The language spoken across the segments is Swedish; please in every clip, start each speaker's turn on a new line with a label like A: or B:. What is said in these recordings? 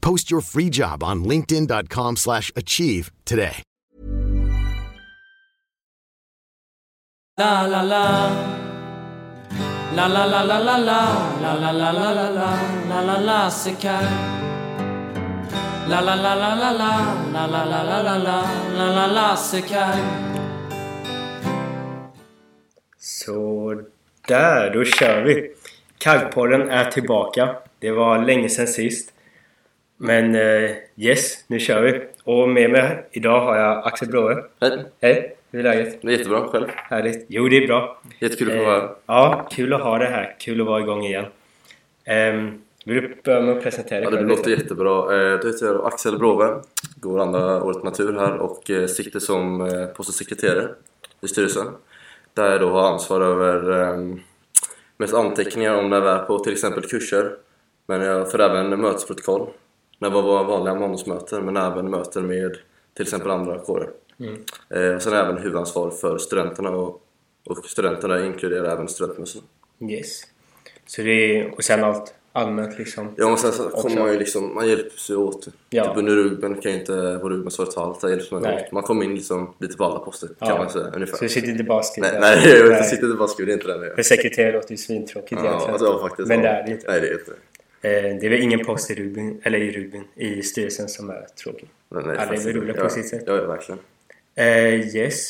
A: Post your free job on linkedin.com/achieve slash achieve today.
B: La la la La la la la la la La la la la la la La la Lasse Kaj La la la la la la La la la la la la La la Lasse Kaj
C: Så där, då kör vi! Kaggpodden är tillbaka. Det var länge sedan sist. Men eh, yes, nu kör vi! Och med mig här idag har jag Axel Blåe.
D: Hej!
C: Hej! Hur är läget?
D: Det är jättebra, själv?
C: Härligt! Jo, det är bra.
D: Jättekul att få vara
C: Eh, Ja, kul att ha det här. Kul att vara igång igen. Ehm, vill du börja med att presentera dig
D: Ja, det
C: själv
D: låter
C: lite?
D: jättebra. Eh, Då heter jag då Axel Brove, går andra året natur här och eh, sitter som eh, post och sekreterare i styrelsen. Där jag då har ansvar över eh, mest anteckningar om när vi är på till exempel kurser. Men jag får även mötesprotokoll när vi har vanliga månadsmöten men även möten med till exempel andra kårer. Eh, Och sen även huvudansvar för studenterna och, och studenterna inkluderar även studentmössorna.
C: Yes. Så det är, och sen allt allmänt liksom.
D: Ja, men sen så
C: Också.
D: kommer man ju liksom, man hjälps ju åt.
C: Ja.
D: Typ under Ruben kan ju inte vara Rubens svara ta allt, där hjälps man
C: Nej.
D: åt. Man kommer in liksom lite på alla poster
C: Ja.
D: kan man säga ungefär.
C: Så du sitter inte bara och skriver?
D: nej, nej, jag nej. sitter inte bara och skriver, det är inte det jag
C: För
D: gör.
C: sekreterare låter ju svintråkigt
D: Ja,
C: egentligen.
D: alltså, ja, faktiskt.
C: Men
D: ja.
C: det är det inte.
D: Nej, det är det inte.
C: Eh, Det är väl ingen post i Rubin, eller i Rubin, i styrelsen som är tråkig.
D: Men,
C: Ja, det är
D: faktiskt
C: väl
D: inte.
C: roligt på
D: ja.
C: sitt sätt.
D: Ja, ja, verkligen.
C: Eh, yes.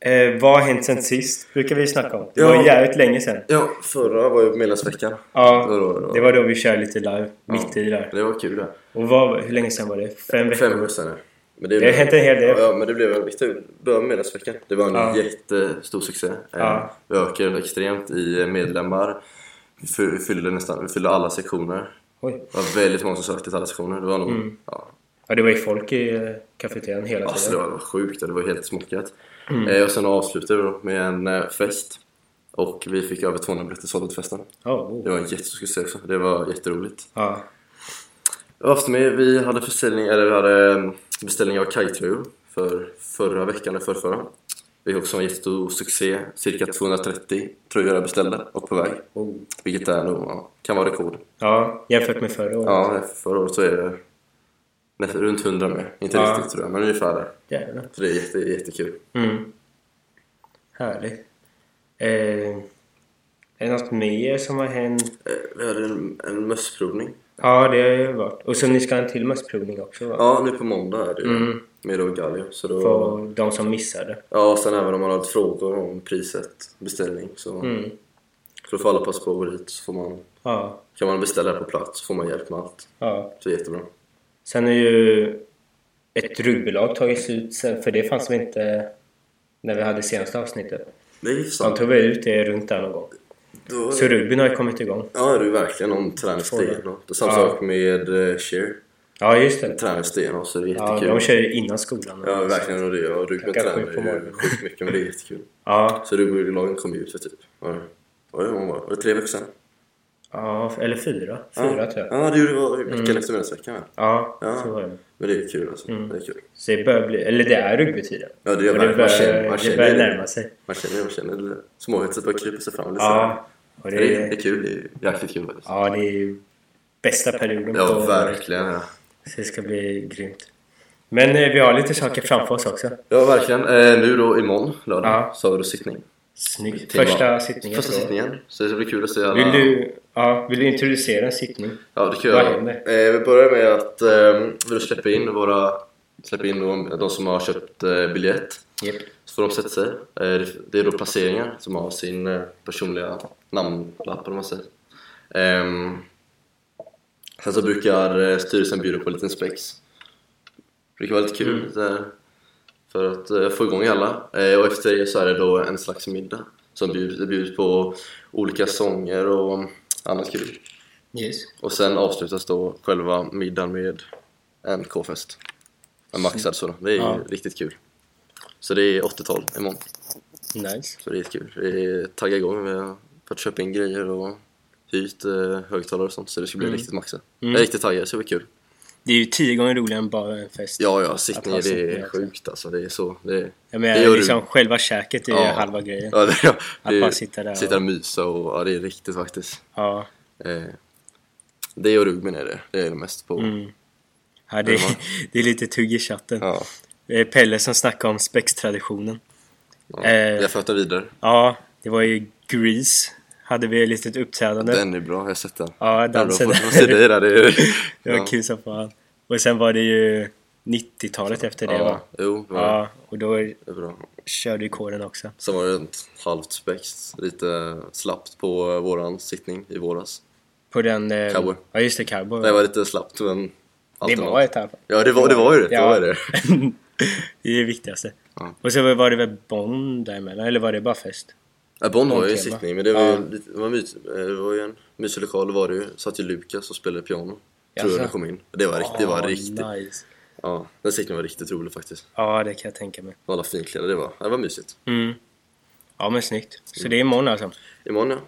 C: Eh, vad har hänt sen sist? Brukar vi snacka om. Det
D: Ja.
C: var jävligt länge sen.
D: Ja, förra var ju medlemsveckan.
C: Ja,
D: det var då, det var.
C: det var då vi körde lite live. Mitt i där.
D: Det var kul det.
C: Och vad, hur länge sen var det? Fem veckor?
D: Fem år sedan nu. Men
C: Det har hänt en hel del.
D: Ja, men det blev en riktig bra medlemsvecka. Det var en
C: Ja.
D: jättestor succé. Eh,
C: Ja.
D: Vi ökar extremt i medlemmar. Vi fy- vi fyllde, nästan, vi fyllde alla sektioner.
C: Oj.
D: Det var väldigt många som sökte till alla sektioner. Det var nog...
C: Mm.
D: Ja,
C: Ja, det var ju folk i eh, kafeterian hela tiden.
D: alltså det var sjukt. Det var helt smockat.
C: Mm.
D: Eh, och sen avslutade vi då med en eh, fest. Och vi fick över 200 biljetter sålda till festen.
C: Ja, oh.
D: Det var en jättestor succé också. Det var jätteroligt.
C: ja.
D: Efter mig, vi hade försäljning, eller vi hade eh, beställning av kajtröjor för förra veckan eller förrförra. Vilket också var en jättestor succé. Cirka 230 tröjor jag beställde och på väg.
C: Oh.
D: Vilket är nog, ja, kan vara rekord.
C: ja, jämfört med förra året.
D: Ja, förra året så är det nästan runt 100 med. Inte
C: Ja.
D: riktigt tror jag, men ungefär där.
C: Jävlar.
D: Så det är jätte, jättekul.
C: Mm. Härligt. Eh, är det något mer som har hänt?
D: Eh, Vi hade en, en mössprovning.
C: Ja, det har ju varit. Och så ni ska ha en till mössprovning också va?
D: Ja, nu på måndag är det ju med då Gallio. Så då,
C: För de som missade.
D: Ja, och sen även om man har frågor om priset, beställning. Så,
C: Mm.
D: så då får alla passa på att gå dit så får man
C: Ja,
D: Kan man beställa det på plats så får man hjälp med allt.
C: ja.
D: Så jättebra.
C: Sen har ju ett rugbylag tagits ut sen, för det fanns väl inte när vi hade senaste avsnittet.
D: Det är ju
C: De
D: sant.
C: tog väl ut det runt där någon gång.
D: Då,
C: Så rugbyn har ju kommit igång.
D: ja, det är verkligen om träningsstegen. och- Det är samma
C: Ja.
D: sak med eh, Sheer.
C: Ja, just det.
D: Träningsstegen och så det är
C: Ja,
D: jättekul.
C: de kör ju innan skolan.
D: Ja, verkligen. Och det gör Ruben
C: Klockan sju på
D: tränar ju
C: morgonen.
D: sjukt mycket men det är jättekul.
C: Ja,
D: Så Ruben-lagen kom ju ut för typ, var det, var det, var det, var det tre veckor sedan?
C: ja, eller fyra.
D: Ja.
C: Fyra tror jag. Mm.
D: Ja, det gjorde det var liksom, veckan efter medlemsveckan va?
C: Ja,
D: Ja.
C: så var det. Mm.
D: Men det är kul alltså. Det är kul.
C: Så det börjar bli, eller det är rugbytiden.
D: Ja, det gör
C: Och det
D: man. Man känner,
C: börjar,
D: man
C: det börjar
D: känner,
C: närma
D: det.
C: sig.
D: man känner, man känner det. småhetset bara kryper sig fram lite sådär.
C: Ja, och
D: Men Det är, det
C: det,
D: är kul. Det är jäkligt kul faktiskt.
C: ja, det är ju bästa perioden på
D: Ja,
C: året.
D: verkligen. Ja.
C: Så det ska bli grymt. Men eh, vi har lite saker framför oss också.
D: Ja, verkligen. Eh, nu då imorgon, lördag,
C: Ja.
D: så har vi då sittning.
C: Snyggt.
D: Tema.
C: Första sittningen.
D: Första
C: tror jag.
D: sittningen. Så det ska bli kul att se alla...
C: Vill du, ja, vill du introducera en sittning?
D: Ja, det kan
C: Vad
D: jag.
C: händer?
D: ehm, Eh, vi börjar med att eh, vi då släpper in våra släpper in då de som har köpt eh, biljett.
C: Japp.
D: Så får de sätta sig. Eh, det- Det är då placeringar som har sin eh, personliga namnlapp eller vad man säger. Ehm, Sen så brukar eh, styrelsen bjuda på en liten spex. Det brukar vara lite kul så här, för att eh, få igång alla. Eh, Och efter det så är det då en slags middag som bjuds, det bjuds på olika sånger och annat kul.
C: Yes.
D: Och sen avslutas då själva middagen med en K-fest. En maxad sådan. Det är ju
C: Ja.
D: riktigt kul. Så det är 80-tal imorgon.
C: Nice.
D: Så det är kul. Vi är taggade igång. Vi har fått köpa in grejer och hyrt eh, högtalare och sånt. Så det ska bli
C: Mm.
D: riktigt maxat. Jag är riktigt taggad. Det ska bli kul.
C: Det är ju tio gånger roligare än bara en fest.
D: Ja, ja. Sittningar,
C: Att ha
D: det
C: sittningar
D: är
C: också.
D: sjukt alltså. Det är så. Det, är-
C: Jag menar,
D: det gör
C: liksom,
D: du.
C: själva käket är ju halva grejen.
D: Ja, det, ja,
C: Att
D: det,
C: bara
D: är-
C: sitta där
D: sitta
C: och-
D: där och mysa och ja, det är riktigt faktiskt.
C: Ja.
D: Eh, det och rugbyn är det. Det är det mest på.
C: Mm. Ja, det, är, det är lite tugg i chatten.
D: Ja.
C: Det är Pelle som snackar om spextraditionen.
D: Ja.
C: Eh.
D: Jag fötter vidare.
C: Ja, det var ju Grease. Hade vi ett litet uppträdande.
D: Den är bra, jag har sett den.
C: Ja,
D: Den är bra.
C: dansen.
D: Får- får se dig där, det är...
C: Det var kul som fan. Och sen var det ju 90-talet efter det va?
D: Ja, jo, det var det.
C: Ja, och då
D: det är bra.
C: körde ju kåren också.
D: Sen var det ett halvt spex, lite slappt på eh, våran sittning i våras.
C: På den... eh,
D: Cowboy.
C: Ja, just det, cowboy.
D: Nej, det var lite slappt men... allt
C: det
D: i
C: var
D: allt.
C: ett i alla fall.
D: Ja, det var, det var ju det.
C: Ja.
D: Det var det.
C: Det är det viktigaste.
D: Ja.
C: Och så var det väl Bond däremellan, eller var det bara fest?
D: Ja, Bonn har ju en
C: Tema.
D: sittning, men det var ju,
C: Ja.
D: lite- det var mys, eh, det var ju en mysig lokal var det ju. Satt ju Lukas och spelade piano. Tror jag
C: Jaså?
D: när jag kom in. Det var, rikt, det var
C: Ah,
D: riktigt...
C: Nice.
D: Ja, den sittningen var riktigt rolig faktiskt.
C: Ja, det kan jag tänka mig.
D: Alla finklädda, det var, det var mysigt.
C: Ja, men snyggt. Så det är imorgon alltså?
D: Imorgon Mm.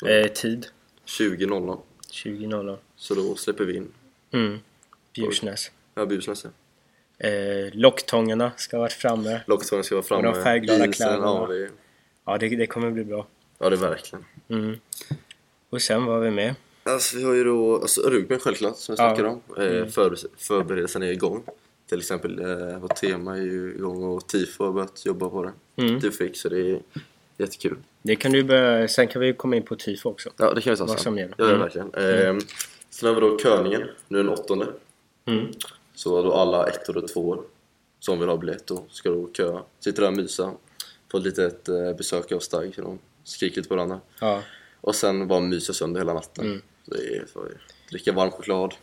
D: ja,
C: Eh, tid?
D: 20.00.
C: 20.00.
D: Så då släpper vi in.
C: Bjursnäs.
D: Ja, busnäsen.
C: Eh, locktångarna ska ha varit framme.
D: Locktornen ska vara framme.
C: Och de färgglada
D: Isen,
C: kläderna.
D: Ja det,
C: Ja, det, det kommer bli bra.
D: ja, det är verkligen.
C: Och sen var vi med.
D: Alltså, vi har ju då alltså, Ruben självklart som vi
C: Ja. Mm.
D: snackade om. Eh, förber- förberedelserna är igång. Till exempel eh, vårt tema är ju igång och TIFO har börjat jobba på det.
C: Mm.
D: TIFO fick så det är jättekul.
C: Det kan du börja, sen kan vi komma in på tifo också.
D: Ja det kan vi ta
C: Vad
D: sen.
C: som gäller.
D: Ja, ja,
C: Mm.
D: verkligen. Eh, sen har vi då körningen, nu den åttonde.
C: Mm.
D: Så då alla ettor och tvåor som vill ha biljett då ska då köa. Sitter där och mysa. Få ett litet eh, besök av Stag. så De skriker lite på varandra.
C: Ja.
D: Och sen bara mysa sönder hela natten.
C: Mm.
D: Det är för, dricka varm choklad.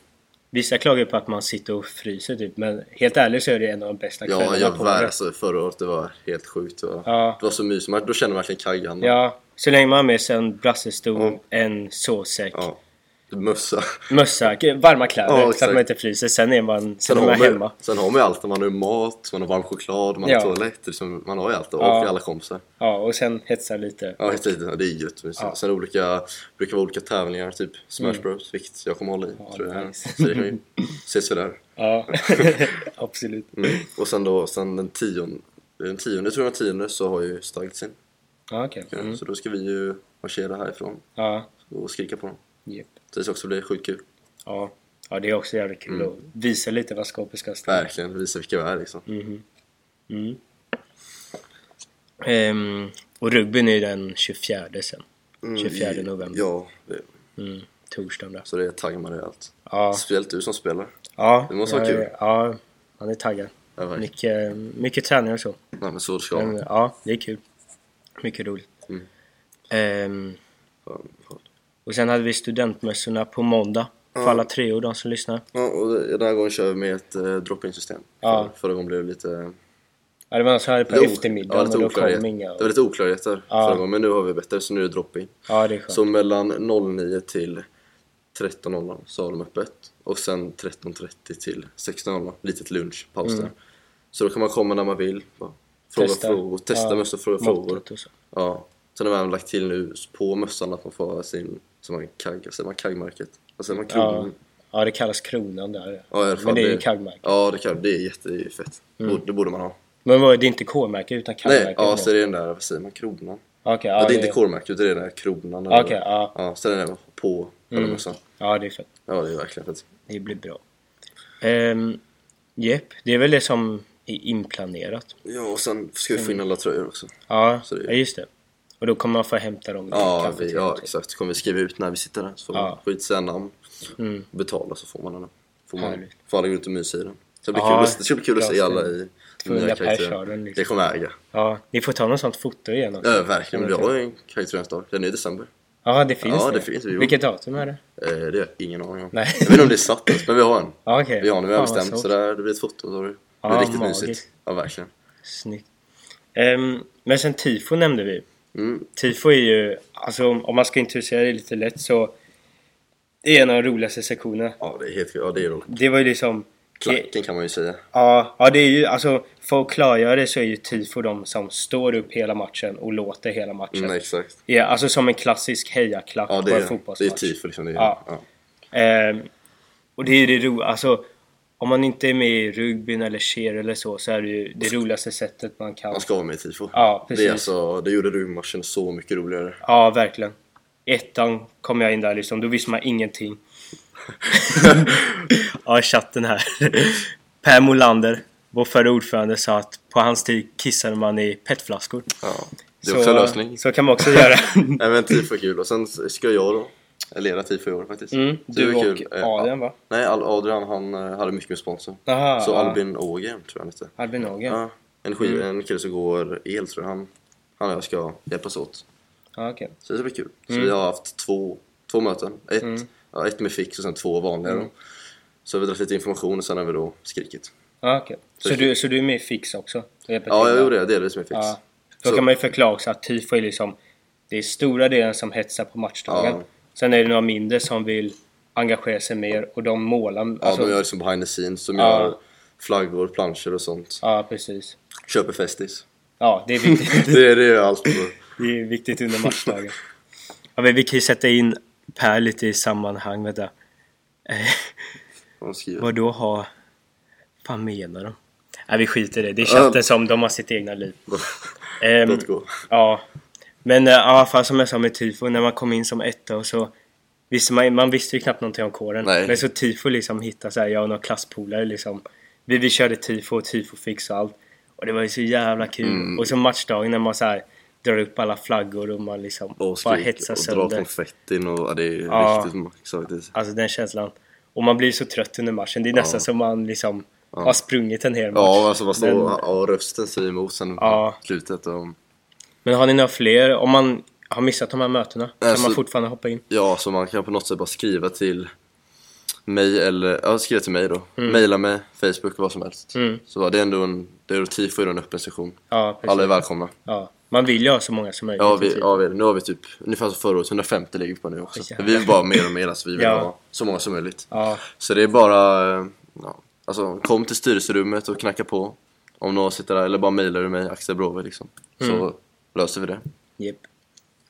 C: Vissa klagar ju på att man sitter och fryser typ, men helt ärligt så är det en av de bästa
D: Ja,
C: kvällarna
D: jag
C: på
D: var,
C: året.
D: alltså, förra året det var helt sjukt. Det var,
C: Ja.
D: det var så mysigt. Man, då känner man verkligen kaggan.
C: Ja, så länge man har med sig en brassestol,
D: Ja.
C: en sovsäck,
D: Ja. Mössa.
C: mössa, k- varma kläder
D: Ja,
C: så att
D: exakt.
C: man inte fryser. Sen är man, sen är man
D: har
C: hemma.
D: man, sen har man ju allt. Man har ju mat, man har varm choklad, man
C: Ja.
D: har toalett. Liksom, man har ju allt. Och
C: Ja.
D: och alla kompisar.
C: Ja, och sen hetsar lite.
D: Ja, helt enkelt. Det är gött. Ja. Sen olika, brukar vara olika tävlingar, typ Smash Bros, vilket jag kommer hålla i. tror jag.
C: Mm. nice.
D: Så det kan vi ses för där.
C: Ja, absolut.
D: Och sen då, sen den tionde, den tionde tror jag den tionde, så har ju Stagd sin.
C: Ja, okej.
D: Så då ska vi ju marschera härifrån
C: Mm. Ja, Mm.
D: och skrika på dem.
C: japp.
D: Så det ska också bli sjukt kul.
C: ja. ja, det är också jävligt kul att visa lite vad skåpet ska stå.
D: Mm. Verkligen, visa vilka vi är liksom.
C: Mm. Ehm, och rugbyn är ju den 24 sen. 24
D: i-
C: november,
D: Mm, Ja, det,
C: torsdagen där.
D: så det taggar man rejält.
C: Ja,
D: Speciellt du som spelar.
C: ja,
D: det måste vara
C: jag-
D: kul.
C: Ja, man är taggad.
D: Ja, verkligen.
C: Mycket, mycket träning och så.
D: Nej men så ska
C: Men,
D: man.
C: ja, det är kul. Mycket roligt.
D: Mm.
C: Ehm, och sen hade vi studentmössorna på måndag. För alla treor, de som lyssnar.
D: Ja, och det- den här gången kör vi med ett eh, drop-in system.
C: Ja.
D: Förra gången blev det lite
C: Ja, det var någon som hade på
D: lite o-
C: eftermiddagen
D: ja,
C: och då
D: oklarhet.
C: kom inga.
D: Det var lite oklarheter förra gången, men nu har vi bättre så nu är det drop-in.
C: Ja, det är skönt.
D: Så mellan 09 till 13.00 så har de öppet och sen 13.30 till 16.00, litet lunch, paus där. Så då kan man komma när man vill, bara fråga
C: Mm. Testa.
D: frågor, testa
C: Ja,
D: mössor, fråga
C: måttet
D: frågor.
C: och så.
D: Ja. Sen har vi även lagt till nu på mössan att man får ha sin, som man kagg, säger man kaggmärket? Vad säger man
C: ja,
D: kronan?
C: ja, det kallas kronan där.
D: Ja, i alla fall,
C: Men det är ju kaggmärke.
D: Ja, det, kan, det är jättefett. Det borde man ha.
C: Men vad, det är inte K-märke utan kaggmärke?
D: Nej,
C: eller
D: ja,
C: något?
D: så det är den där, vad säger man, kronan?
C: Okej,
D: Ja,
C: ja,
D: det är inte kormärket utan det är den här kronan.
C: Okej, ja. Mm.
D: ja. Sen är den på eller mössan.
C: Ja, det är fett.
D: Ja, det är verkligen fett.
C: Det blir bra. Ehm, Jepp, det är väl det som är inplanerat.
D: Ja, och sen ska vi få in alla tröjor också.
C: Mm. Ja,
D: Så det är-
C: ja just det. Och då kommer man få hämta dem. i
D: Ja, vi,
C: kafeterian.
D: ja exakt. Så kommer vi skriva ut när vi sitter där. Så får
C: Ja. Mm.
D: man skitsäga namn. Betala så får man den. Får, man,
C: Härligt.
D: får alla gå ut och mysa i den. Så det blir
C: Ja,
D: kul, att- det ska bli kul att se
C: klart.
D: alla i den
C: 200
D: nya
C: pers har
D: karaktären.
C: den, liksom.
D: Det kommer jag äga.
C: Ja, ni får ta något sånt foto igen också.
D: Ja, verkligen. Vi har ju en karaktärsdag. Den är i december.
C: Ja, det finns
D: Ja, det finns, jo.
C: Vilket datum är det?
D: Eh, det har jag ingen aning om.
C: Nej.
D: Jag vet inte om det är satt ens, men vi har en.
C: Ja, okej.
D: Vi har en, vi har
C: Fan, vad
D: bestämt. Så
C: svårt.
D: där, det blir ett foto. Så det blir
C: Ja,
D: riktigt
C: magiskt.
D: mysigt. Ja, verkligen.
C: Snyggt. Ehm, men sen tifo nämnde vi.
D: Mm.
C: Tifo är ju, alltså om, om man ska introducera det lite lätt så det är en av de roligaste sektionerna.
D: Ja, det är helt Ja, det är roligt.
C: Det var ju liksom...
D: Klacken kan man ju säga.
C: Ja, ja, det är ju alltså för att klargöra det så är ju tifo de som står upp hela matchen och låter hela matchen.
D: Mm, exakt.
C: Ja, alltså som en klassisk hejaklack
D: Ja, det
C: på en
D: är, det är
C: fotbollsmatch.
D: tifo liksom. Det är,
C: Ja.
D: ja.
C: Ehm, och det är ju det roliga, alltså om man inte är med i rugbyn eller cher eller så så är det ju det roligaste sättet man kan...
D: Man ska vara med i tifo.
C: Ja,
D: Det,
C: precis.
D: är alltså, det gjorde rymdmarschen så mycket roligare.
C: Ja, verkligen. I ettan kom jag in där liksom, då visste man ingenting. ja, chatten här. Per Molander, vår förre ordförande, sa att på hans tid kissade man i petflaskor.
D: Ja. Det är också en lösning.
C: Så kan man också göra.
D: Nej men tifo är kul och sen ska jag då leda tifo i år faktiskt.
C: Mm,
D: Så det
C: du
D: var
C: och
D: Eh,
C: Adrian, va?
D: Nej, Al- Adrian han eh, hade mycket med sponsor.
C: Aha, Mm.
D: så
C: ja.
D: Albin Ågren tror jag han hette.
C: Albin Ågren.
D: Ja, en, skiv, en kille som går el tror jag. Han, han och jag ska hjälpas åt.
C: Ja, okej.
D: Så det ska bli kul. Så
C: Mm.
D: vi har haft två, två möten. Ett, ja, ett med fix och sen två vanliga
C: Mm.
D: då. Så har vi dragit lite information och sen har vi då skrikit.
C: Ja, okej. Så, du, så du är med i Fix också? Och hjälper
D: Ja,
C: till
D: jag
C: där.
D: gjorde det delvis med fix.
C: Ja. Då
D: Så-
C: kan man ju förklara också att tifo är liksom Det är stora delen som hetsar på matchdagen
D: Ja.
C: Sen är det några mindre som vill engagera sig mer och de målar alltså-
D: Ja, de gör liksom behind the scenes. De gör flaggor, planscher och sånt.
C: ja precis
D: Köper Festis.
C: Ja, det är viktigt,
D: Det är det är allt. på-
C: det är viktigt under matchdagen ja, men Vi kan ju sätta in Per lite i sammanhang, vänta Eh,
D: vad de skriver.
C: Vad då ha... Vad menar de? Nej, vi skiter i det, det är chatten
D: Ja.
C: som de har sitt egna liv Ehm,
D: Låt gå.
C: Ja. Men eh, ja, i alla fall som jag sa med tifo, när man kom in som etta och så visste man, man visste ju knappt någonting om kåren.
D: Nej.
C: Men så tifo liksom hittade så här, jag och några klasspolare liksom. Vi, vi körde tifo och tifo fix och allt. Och det var ju så jävla kul.
D: Mm.
C: Och så matchdagen när man så här drar upp alla flaggor och man liksom
D: Och
C: bara
D: skrik
C: hetsar
D: och dra
C: sönder.
D: konfettin och ja, det är
C: Ja.
D: riktigt max faktiskt.
C: Alltså den känslan. Och man blir så trött under matchen. Det är nästan som man liksom har sprungit en hel match.
D: Ja, alltså man står
C: Den-
D: ja, rösten säger emot sen
C: Ja.
D: slutet. Och,
C: Men har ni några fler? Om man har missat de här mötena, kan
D: Alltså-
C: man fortfarande hoppa in?
D: ja, så man kan på något sätt bara skriva till mig eller, ja skriva till mig då.
C: Mm.
D: Mejla mig, Facebook, vad som helst. Så ja, det är ändå en, det är då tifo i en öppen session.
C: Ja, precis.
D: Alla är välkomna.
C: Ja, man vill ju ha så många som möjligt.
D: Ja, vi,
C: typ.
D: ja vi, nu har vi typ ungefär som förra året, 150 ligger vi på nu också.
C: Åh, jävlar.
D: vi vill bara ha mer och mer, alltså, vi vill
C: Ja.
D: ha så många som möjligt.
C: Ja.
D: Så det är bara, eh, ja, alltså kom till styrelserummet och knacka på om någon sitter där, eller bara mejlar du mig, Axel Brove liksom.
C: Mm.
D: Så löser vi det.
C: Japp.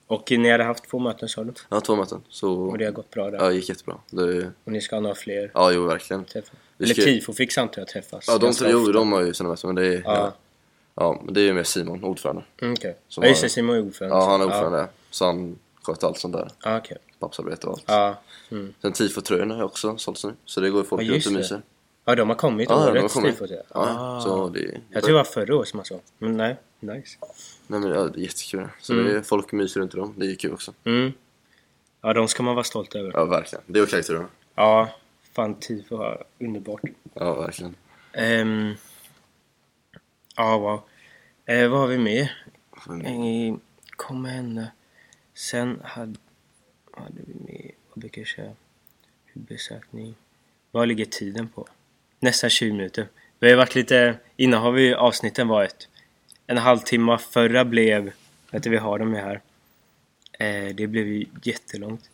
C: Och ni hade haft två möten sa du?
D: Ja, två möten. Så,
C: Och det har gått bra där?
D: ja, det gick jättebra. Det,
C: Och ni ska ha några fler
D: ja, jo verkligen.
C: träffar?
D: Vi
C: Typ. Eller
D: ska-
C: tifo fix antar jag träffas?
D: Ja, de,
C: ganska
D: jo,
C: ofta.
D: de har ju sina möten, men det är, ja.
C: Ja.
D: Ja, men det är ju med Simon, ordförande.
C: Mm, okej.
D: Som
C: Ja, just
D: har-
C: det, Simon är ordförande.
D: Ja, han är ordförande, så han sköter allt sånt där.
C: Ja, ah, okej.
D: Pappsarbete och allt.
C: Ja.
D: Sen tifotröjorna har jag också sålts nu, så det går ju folk
C: Ja,
D: runt
C: just
D: och
C: det.
D: myser.
C: Ja, de har kommit
D: Ja, de har
C: årets
D: kommit.
C: tifo. tror jag.
D: Ja, så det,
C: Jag tror det var förra året som man sa. Men nej, nice.
D: Nej, men, ja, det är jättekul. Så det är, folk myser runt dem, det är ju kul också.
C: Mm. Ja, de ska man vara stolt över. Ja,
D: Ja, verkligen. Det är okej tror jag.
C: fan tifo, ja, underbart.
D: Ja, verkligen.
C: Ehm. Ja, wow. Eh, vad har vi mer? Eh, Kom henne. Sen hade, hade vi med, vad brukar jag köra? Huvudbesökning. Vad ligger tiden på? Nästan 20 minuter. Vi har ju varit lite, innan har vi avsnitten varit en halvtimme. Förra blev, vet vi har dem ju här. Eh, det blev ju jättelångt.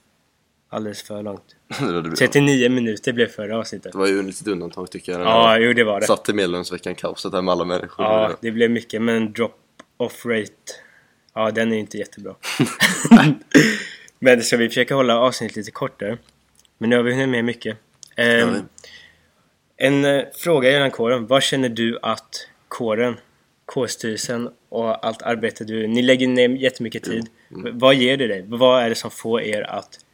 C: Alldeles för långt.
D: det, blir,
C: 39 minuter blev förra avsnittet.
D: det var ju ett litet undantag tycker jag. när
C: Ja,
D: jag
C: jo det var det.
D: Satt i medlemsveckan, kaoset där med alla människor.
C: Ja, det blev mycket, men drop-off rate. Ja, den är inte jättebra. men ska vi försöka hålla avsnittet lite kortare? Men nu har vi hunnit med mycket. Ehm,
D: vi.
C: en eh, fråga gällande kåren. Vad känner du att kåren, kårstyrelsen och allt arbete du... Ni lägger ner jättemycket
D: Mm,
C: tid. Vad ger det dig? Vad är det som får er att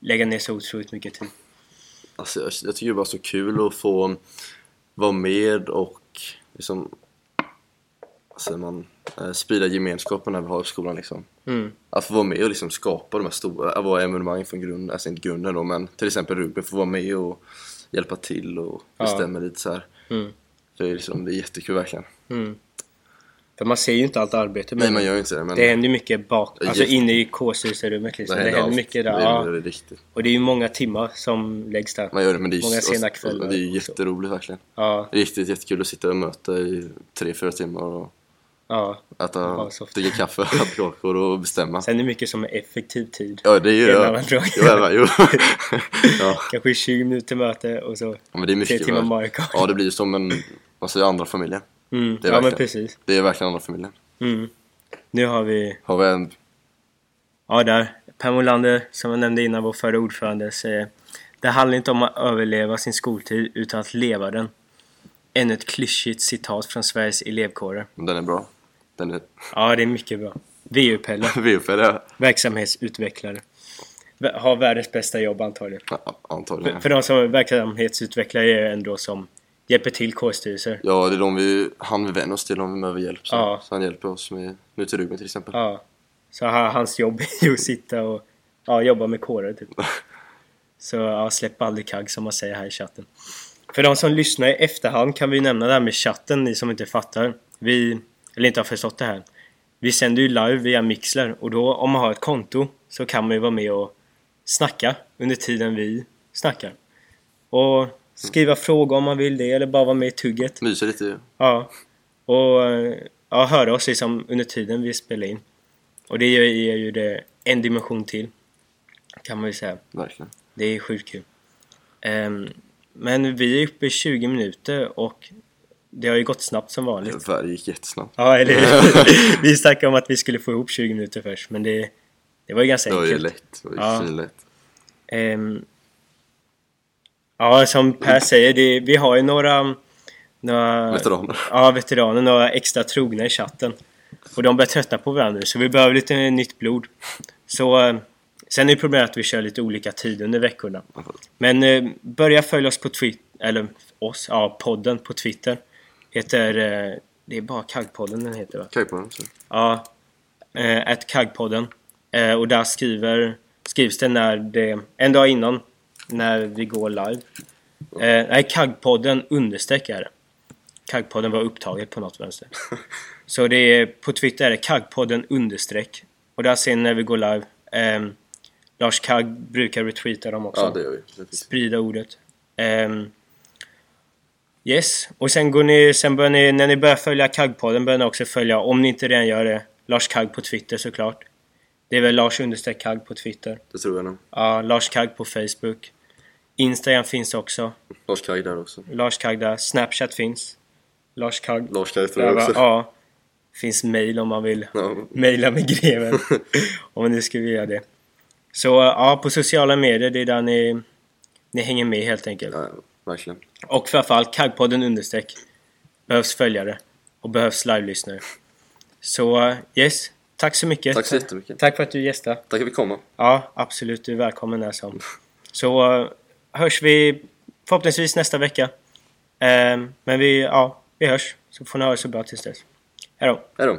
C: lägga ner så otroligt mycket tid?
D: Alltså, jag, jag tycker det var så kul att få vara med och liksom, vad säger man, eh, sprida gemenskapen när vi har i skolan liksom.
C: Mm.
D: Att få vara med och liksom skapa de här stora, våra evenemang från grunden, alltså inte grunden då men till exempel Ruben får vara med och hjälpa till och bestämma lite så här.
C: Mm.
D: Det, är liksom, det är jättekul verkligen.
C: För man ser ju inte allt arbete. Men
D: Nej, man gör ju inte det. Men
C: Det händer ju mycket bak,
D: Ja,
C: alltså
D: just-
C: inne i kårstyrelserummet liksom. Det händer,
D: allt.
C: mycket
D: Det
C: där.
D: är
C: Ja.
D: väldigt riktigt.
C: Och det är ju många timmar som läggs där.
D: Man gör det, men det är ju,
C: Många sena
D: och- och,
C: kvällar.
D: och det är ju
C: och så.
D: jätteroligt verkligen.
C: Ja,
D: Det är riktigt jättekul att sitta och möta i tre, fyra timmar och
C: ja.
D: äta,
C: Ja, soft.
D: dricka kaffe, äta kakor och bestämma.
C: Sen är det mycket som är effektiv tid.
D: Ja, det är ju
C: Det är en
D: det.
C: annan
D: Jo,
C: fråga.
D: ja, jo. ja.
C: Kanske 20 minuter möte och så.
D: Ja, men det är mycket.
C: Tre timmar
D: väl.
C: Mario Kart.
D: Ja, det blir ju som en, vad säger jag, andra familjen.
C: Mm.
D: Det är
C: Ja men
D: verkligen-
C: precis.
D: Det är verkligen andra familjen.
C: Nu har vi,
D: Har vi en,
C: ja där. Per Molander, som jag nämnde innan, vår förre ordförande säger Det handlar inte om att överleva sin skoltid utan att leva den. Ännu ett klyschigt citat från Sveriges elevkårer.
D: men den är bra. Den är,
C: Ja, det är mycket bra. VU-Pelle,
D: VUP är det,
C: verksamhetsutvecklare. Vä- Har världens bästa jobb antagligen.
D: ja,
C: För,
D: antagligen.
C: för de som är verksamhetsutvecklare är ändå som hjälper till kårstyrelser.
D: Ja, det är de vi, han vi vänder oss till om vi behöver hjälp. Så,
C: Ja.
D: så han hjälper oss med, nu till ryggen till exempel.
C: Ja. Så ha- hans jobb är ju att sitta och ja, jobba med kårer typ. Så ja, släpp aldrig kagg som man säger här i chatten. För de som lyssnar i efterhand kan vi nämna det här med chatten, ni som inte fattar. Vi, eller inte har förstått det här. Vi sänder ju live via Mixler och då om man har ett konto så kan man ju vara med och snacka under tiden vi snackar. Och skriva frågor om man vill det eller bara vara med i tugget.
D: Myser lite ju.
C: Ja. Och eh, ja, höra oss liksom under tiden vi spelar in. Och det ger ger ju det en dimension till. Kan man ju säga.
D: Verkligen.
C: Det är sjukt kul. Ehm, men vi är uppe i 20 minuter och det har ju gått snabbt som vanligt.
D: Det gick jättesnabbt.
C: Ja, eller hur? Vi snackade om att vi skulle få ihop 20 minuter först, men det, det var ju ganska
D: Det var ju
C: enkelt.
D: lätt. Det var ju
C: Ja.
D: finlätt.
C: Ehm, ja, som Per säger, det, vi har ju några... några
D: Veteraner.
C: Ja, veteraner, några extra trogna i chatten. Och de börjar tröttna på varandra nu, så vi behöver lite nytt blod. Så... eh, Sen är ju problemet att vi kör lite olika tid under veckorna. Men eh, börja följa oss på Twitter, eller oss, ja podden på Twitter. Heter, eh, det är bara Kaggpodden den heter va?
D: Kaj på den. Så.
C: Ja, eh, at kaggpodden. Eh, och där skriver, skrivs det när det, en dag innan, när vi går live. Eh, nej, kaggpodden understreck är det. Kaggpodden var upptaget på något vänster. Så det är, på Twitter är det kaggpodden understreck. Och där ser ni när vi går live. Ehm, Lars Kagg brukar retweeta dem också
D: Ja, det gör vi. Det finns-
C: sprida ordet. Ehm, yes, och sen går ni, sen börjar ni, när ni börjar följa Kaggpodden börjar ni också följa, om ni inte redan gör det, Lars Kagg på Twitter såklart. Det är väl Lars understreck Kagg på Twitter.
D: Det tror jag nog.
C: Ja, Lars Kagg på Facebook. Instagram finns också.
D: Lars Kaj där också.
C: Lars Kagg där. Snapchat finns. Lars Kagg.
D: Lars Kaj tror
C: Där,
D: jag
C: va?
D: också.
C: Ja. Finns mail om man vill
D: Ja.
C: mejla med greven. om ni skulle vilja det. Så ja, på sociala medier, det är där ni, ni hänger med helt enkelt.
D: Ja, verkligen.
C: Och framförallt Kaggpodden understreck. Behövs följare. Och behövs live-lyssnare. Så eh, yes, tack så mycket.
D: Tack så jättemycket.
C: Tack för att du gästade.
D: Tack för att vi kom.
C: Ja, absolut. Du är välkommen när som. Så eh, hörs vi förhoppningsvis nästa vecka. Eh, Men vi, ja, vi hörs. Så får ni ha det så bra tills dess. Hejdå.
D: Hej då.